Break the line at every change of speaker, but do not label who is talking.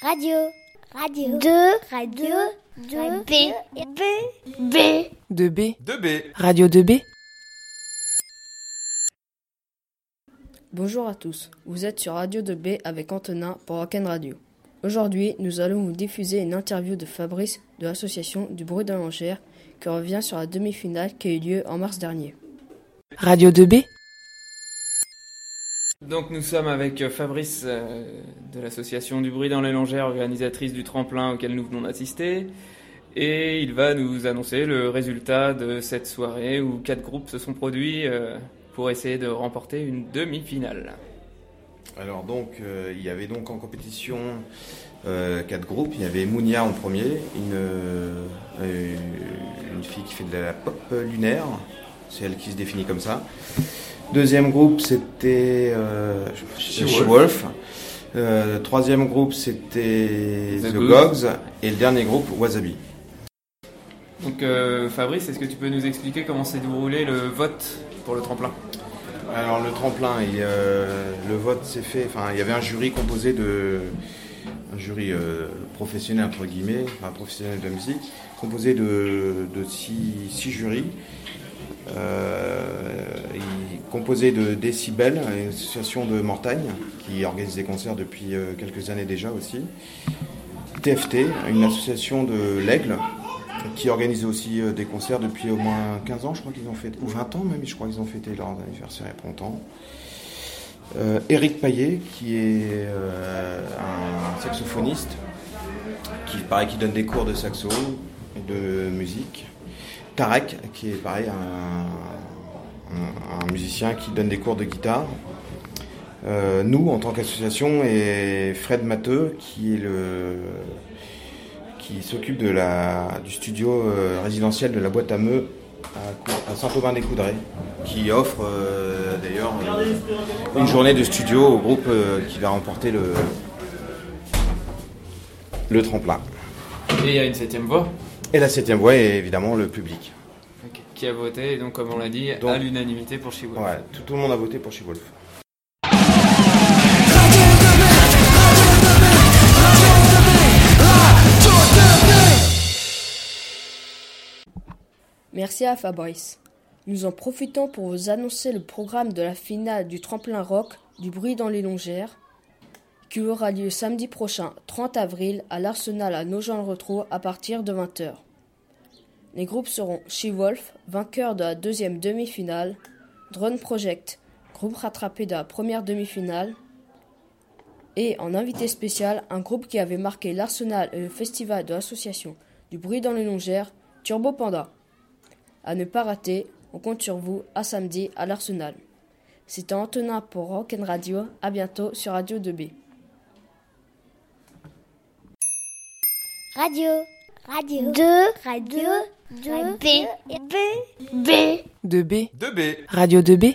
Radio. Radio. 2. Radio. 2. B. B. B.
2B,
2B.
Radio 2B.
Bonjour à tous, vous êtes sur Radio 2B avec Antonin pour Rock'n Radio. Aujourd'hui, nous allons vous diffuser une interview de Fabrice de l'association du bruit de l'enchère qui revient sur la demi-finale qui a eu lieu en mars dernier.
Radio 2B,
Donc nous sommes avec euh, Fabrice euh, de l'association du bruit dans les longères, organisatrice du tremplin auquel nous venons d'assister. Et il va nous annoncer le résultat de cette soirée où quatre groupes se sont produits euh, pour essayer de remporter une demi-finale.
Alors donc, euh, il y avait donc en compétition euh, quatre groupes. Il y avait Mounia en premier, une, euh, euh, une fille qui fait de la pop lunaire, c'est elle qui se définit comme ça. Deuxième groupe, c'était euh,
She-Wolf.
She-Wolf. Euh, troisième groupe, c'était
The
The,
Gogs.
Gogs. Et le dernier groupe, Wasabi.
Donc euh, Fabrice, est-ce que tu peux nous expliquer comment s'est déroulé le vote pour le tremplin
Alors le tremplin, il, euh, le vote s'est fait. Enfin, il y avait un jury composé de un jury euh, professionnel entre guillemets, enfin professionnel de la musique, composé de, de six, six jurys, euh, il- composé de Décibel, une association de Mortagne qui organise des concerts depuis euh, quelques années déjà aussi, TFT, une association de l'Aigle qui organisait aussi euh, des concerts depuis au moins 15 ans, je crois qu'ils ont fait, ou 20 ans même, je crois qu'ils ont fêté leur anniversaire il y a pas longtemps. Euh, Eric Paillet, qui est euh, un saxophoniste, qui pareil, qui donne des cours de saxo et de musique. Tarek, qui est pareil, un, un- un musicien qui donne des cours de guitare. Euh, nous, en tant qu'association, et Fred Matteux, qui est le, qui s'occupe de la, du studio euh, résidentiel de la boîte à meux à, Cou- à Saint-Aubin-des-Coudray, qui offre euh, d'ailleurs euh, une journée de studio au groupe euh, qui va remporter le, le tremplin.
Et il y a une septième voix
Et la septième voie est évidemment le public.
qui a voté, et donc comme on l'a dit,
Donc-
à l'unanimité pour Chihuahua.
Ouais, tout, tout le monde a voté pour Chez Wolf.
Merci à Fabrice. Nous en profitons pour vous annoncer le programme de la finale du tremplin rock du bruit dans les longères qui aura lieu samedi prochain 30 avril à l'Arsenal à Nogent-le-Rotrou à partir de 20h. Les groupes seront She-Wolf, vainqueur de la deuxième demi-finale, Drone Project, groupe rattrapé de la première demi-finale, et en invité spécial, un groupe qui avait marqué l'Arsenal et le festival de l'association du bruit dans les longères, Turbo Panda. À ne pas rater, on compte sur vous à samedi à l'Arsenal. C'était Antonin pour Rock'n Radio, à bientôt sur Radio 2B.
Radio. Radio. 2. Radio. 2. B. B. B.
2B,
2B.
Radio 2B.